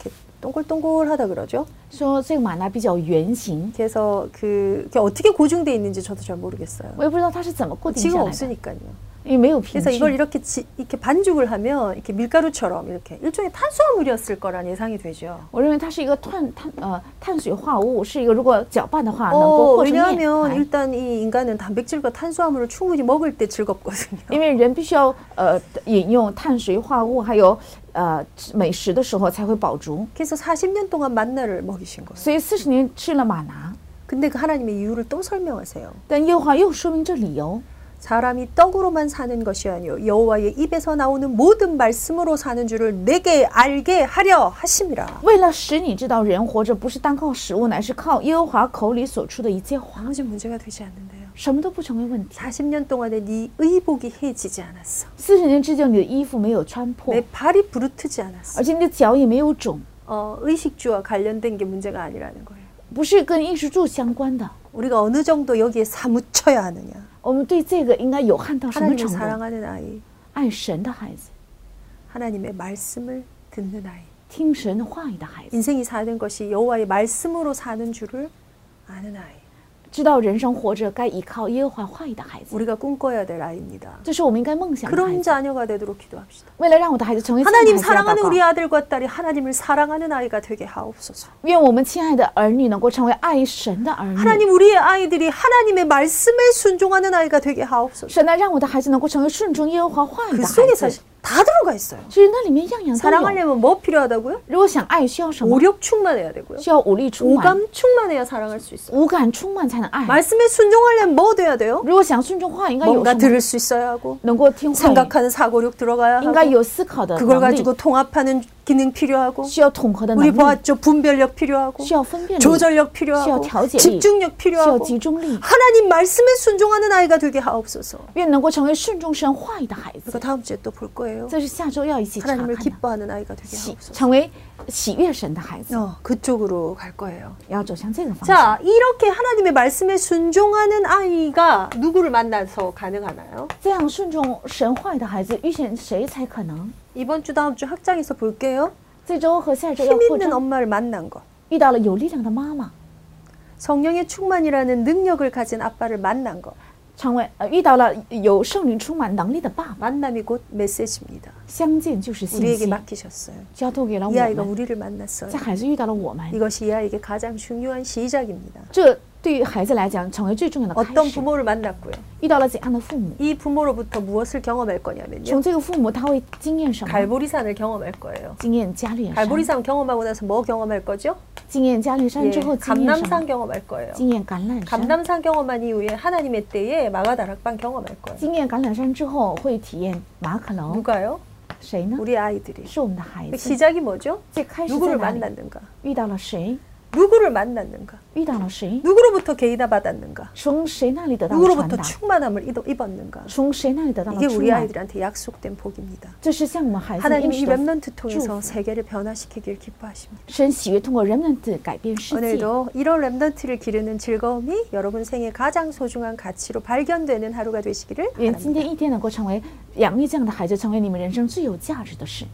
[SPEAKER 1] 이렇게 동글동글하다 그러죠.
[SPEAKER 2] 说这个马拿比较圆形，
[SPEAKER 1] 그래서 그 이게 어떻게 고정돼 있는지 저도 잘 모르겠어요.
[SPEAKER 2] 我也不知道它是怎么固定下
[SPEAKER 1] 지금
[SPEAKER 2] 来的，
[SPEAKER 1] 없으니까요.
[SPEAKER 2] 因为没有凭
[SPEAKER 1] 그래서 이걸
[SPEAKER 2] 据。
[SPEAKER 1] 이렇게 지, 이렇게 반죽을 하면 이렇게 밀가루처럼 이렇게 일종의 탄수화물이었을 거란 예상이 되죠.
[SPEAKER 2] 我认为它是一个碳碳呃碳水化合物，是一个如果搅拌的话能
[SPEAKER 1] 어,
[SPEAKER 2] 够和成面
[SPEAKER 1] 왜냐하면
[SPEAKER 2] 团。
[SPEAKER 1] 일단 이 인간은 단백질과 탄수화물을 충분히 먹을 때 즐겁거든요.
[SPEAKER 2] 因为人必须要呃饮用碳水化合物，还有呃吃美食的时候才会饱足。
[SPEAKER 1] 그래서 40년 동안 만나를 먹이신 거예요.
[SPEAKER 2] 所以四十年吃了马拿，
[SPEAKER 1] 근데 그 하나님의 이유를 또 설명하세요.
[SPEAKER 2] 但耶和华又说明这理由。
[SPEAKER 1] 사람이 떡으로만 사는 것이 아니요 여호와의 입에서 나오는 모든 말씀으로 사는 줄을 내게 알게 하려 하심이라.
[SPEAKER 2] 为了使你知道人活着不是单靠食物，乃是靠耶和华口里所出的一切话，
[SPEAKER 1] 아무런 문제가 되지 않는데요.
[SPEAKER 2] 什么都不成为问题。
[SPEAKER 1] 40년 동안에 네 의복이 해지지 않았어.
[SPEAKER 2] 四十年之久，你的衣服没有穿破
[SPEAKER 1] 내 ， 발이 부르트지 않았어.
[SPEAKER 2] 而且你的脚也没有肿，
[SPEAKER 1] 어, 의식주와 관련된 게 문제가 아니라는 거예요.
[SPEAKER 2] 不是跟衣食住相关的。
[SPEAKER 1] 우리가 어느 정도 여기에 사무쳐야 하느냐.
[SPEAKER 2] 我们对这个应该有看到什么
[SPEAKER 1] 하나님을
[SPEAKER 2] 程度？
[SPEAKER 1] 사랑하는 아이,
[SPEAKER 2] 爱神的孩子，
[SPEAKER 1] 하나님의 말씀을 듣는 아이.
[SPEAKER 2] 听神话语的孩子，
[SPEAKER 1] 인생이 사는 것이 여호와의 말씀으로 사는 줄을 아는 아이.
[SPEAKER 2] 知道人生活着该依靠耶和华话语的孩子，
[SPEAKER 1] 우리가 꿈꿔야 될 아이입니다.
[SPEAKER 2] 这是我们应该梦想的孩
[SPEAKER 1] 그런
[SPEAKER 2] 子。
[SPEAKER 1] 자녀가 되도록 기도합시다.
[SPEAKER 2] 为了让我的孩子成为这样
[SPEAKER 1] 하나님
[SPEAKER 2] 的孩子要
[SPEAKER 1] 사랑하는
[SPEAKER 2] 祷
[SPEAKER 1] 우리
[SPEAKER 2] 告，
[SPEAKER 1] 아들과 딸이 하나님을 사랑하는 아이가 되게 하옵소서.
[SPEAKER 2] 愿我们亲爱的儿女能够成为爱神的儿女。
[SPEAKER 1] 하나님 우리의 아이들이 하나님의 말씀에 순종하는 아이가 되게 하옵소서.
[SPEAKER 2] 神呢，让我的孩子能够成为顺从耶和华话语
[SPEAKER 1] 그
[SPEAKER 2] 的
[SPEAKER 1] 속에
[SPEAKER 2] 孩子
[SPEAKER 1] 사실 。다 들어가 있어요.
[SPEAKER 2] 其实那里面样样都有。
[SPEAKER 1] 사랑하려면 뭐 필요하다고요?
[SPEAKER 2] 如果想爱，需要什么？
[SPEAKER 1] 오력 충만해야 되고요.
[SPEAKER 2] 需要武力充满，
[SPEAKER 1] 오감 충만해야 사랑할 수 있어요.
[SPEAKER 2] 五感充满才能爱。
[SPEAKER 1] 말씀에 순종하려면 뭐 돼야 돼요?
[SPEAKER 2] 如果想顺从话，应该有
[SPEAKER 1] 뭔가
[SPEAKER 2] 什么？
[SPEAKER 1] 들을 수 있어야 하고
[SPEAKER 2] 能够听话语，
[SPEAKER 1] 생각하는 사고력 들어가야
[SPEAKER 2] 应该
[SPEAKER 1] 하고
[SPEAKER 2] 有思考的
[SPEAKER 1] 그걸
[SPEAKER 2] 能力，
[SPEAKER 1] 가지고 통합하는 기능 필요하고
[SPEAKER 2] 需要统合的
[SPEAKER 1] 우리
[SPEAKER 2] 能力，
[SPEAKER 1] 보았죠 분별력 필요하고
[SPEAKER 2] 需要分辨力，需
[SPEAKER 1] 조절력
[SPEAKER 2] 要
[SPEAKER 1] 필요하고
[SPEAKER 2] 调节力，需
[SPEAKER 1] 집중력
[SPEAKER 2] 要
[SPEAKER 1] 필요하고
[SPEAKER 2] 集中力。
[SPEAKER 1] 하나님 말씀에 순종하는 아이가 되게 하옵소서.
[SPEAKER 2] 愿能够成为顺众神话语的孩子，
[SPEAKER 1] 그러니까 다음 주에 또 볼 거예요.
[SPEAKER 2] 这是下周要一起查看
[SPEAKER 1] 하나님을
[SPEAKER 2] 的。
[SPEAKER 1] 기뻐하는 아이가 되게
[SPEAKER 2] 喜
[SPEAKER 1] 하옵소서.
[SPEAKER 2] 成为喜悦神的孩子，
[SPEAKER 1] 어, 그쪽으로 갈 거예요.
[SPEAKER 2] 要走向这个方
[SPEAKER 1] 어,
[SPEAKER 2] 向。
[SPEAKER 1] 자, 이렇게 하나님의 말씀에 순종하는 아이가 누구를 만나서 가능하나요?
[SPEAKER 2] 这样顺从神话语的孩子遇见谁才可能？
[SPEAKER 1] 이번 주 다음 주 학장에서 볼게요.
[SPEAKER 2] 这周和下周要
[SPEAKER 1] 힘
[SPEAKER 2] 扩
[SPEAKER 1] 있는
[SPEAKER 2] 张，
[SPEAKER 1] 엄마를 만난 것.
[SPEAKER 2] 遇到了有力量的妈妈，
[SPEAKER 1] 성령의 충만이라는 능력을 가진 아빠를 만난 것.
[SPEAKER 2] 成为呃遇到了有圣灵充满能力的爸爸。
[SPEAKER 1] 만남이 곧 메시지입니다.
[SPEAKER 2] 相见就是信
[SPEAKER 1] 우리에게
[SPEAKER 2] 心，
[SPEAKER 1] 맡기셨어요.
[SPEAKER 2] 交托给了我
[SPEAKER 1] 이 아이가
[SPEAKER 2] 们。
[SPEAKER 1] 우리를 만났어요.
[SPEAKER 2] 这孩子遇到了我们，
[SPEAKER 1] 이것이 이 아이에게 가장 중요한 시작입니다.
[SPEAKER 2] 这对于孩子来讲，成为最重要的开
[SPEAKER 1] 어떤
[SPEAKER 2] 始。
[SPEAKER 1] 부모를 만났고요.
[SPEAKER 2] 遇到了怎样的父母？
[SPEAKER 1] 이 부모로부터 무엇을 경험할 거냐면요.
[SPEAKER 2] 从这个父母他会经验什么？
[SPEAKER 1] 갈보리산을 경험할 거예요.
[SPEAKER 2] 经验加略山，
[SPEAKER 1] 갈보리산 경험하고 나서 뭐 경험할 거죠?
[SPEAKER 2] 经验加略山
[SPEAKER 1] 예,
[SPEAKER 2] 之后经验什么
[SPEAKER 1] 감남산 ？ 경험할 거예요.
[SPEAKER 2] 经验橄榄山，
[SPEAKER 1] 감남산 경험한 이후에 하나님의 때에 마가다락방 경험할 거예요.
[SPEAKER 2] 经验橄榄山之后会体验马可龙，
[SPEAKER 1] 누가요?
[SPEAKER 2] 谁呢？
[SPEAKER 1] 우리 아이들이.
[SPEAKER 2] 是我们的孩
[SPEAKER 1] 그
[SPEAKER 2] 子。
[SPEAKER 1] 시작이 뭐죠?
[SPEAKER 2] 最开始在
[SPEAKER 1] 누구를
[SPEAKER 2] 哪里？
[SPEAKER 1] 만났는가?
[SPEAKER 2] 遇到了谁？
[SPEAKER 1] 누구를 만났는가?
[SPEAKER 2] 遇到了谁？
[SPEAKER 1] 누구로부터 개이다 받았는가?
[SPEAKER 2] 从谁那里得到了传
[SPEAKER 1] 누구로부터
[SPEAKER 2] 达？
[SPEAKER 1] 충만함을 이도- 입었는가?
[SPEAKER 2] 从谁那里得到了
[SPEAKER 1] 이게
[SPEAKER 2] 充
[SPEAKER 1] 우리
[SPEAKER 2] 满？
[SPEAKER 1] 아이들한테 약속된 복입니다.
[SPEAKER 2] 这是向我们孩子的应
[SPEAKER 1] 하나님이
[SPEAKER 2] 许
[SPEAKER 1] 이
[SPEAKER 2] 的。
[SPEAKER 1] 랩런트 통해서 세계를 변화시키길 기뻐하십니다.
[SPEAKER 2] 神喜悦通过人们的改变世界。
[SPEAKER 1] 오늘도 이런 랩런트를 기르는 즐거움이 여러분 생애 가장 소중한 가치로 발견되는 하루가 되시기를
[SPEAKER 2] 愿今
[SPEAKER 1] 바랍니다.
[SPEAKER 2] 天一天能够成为养育这样的孩子，成为你们人生最有价值的事。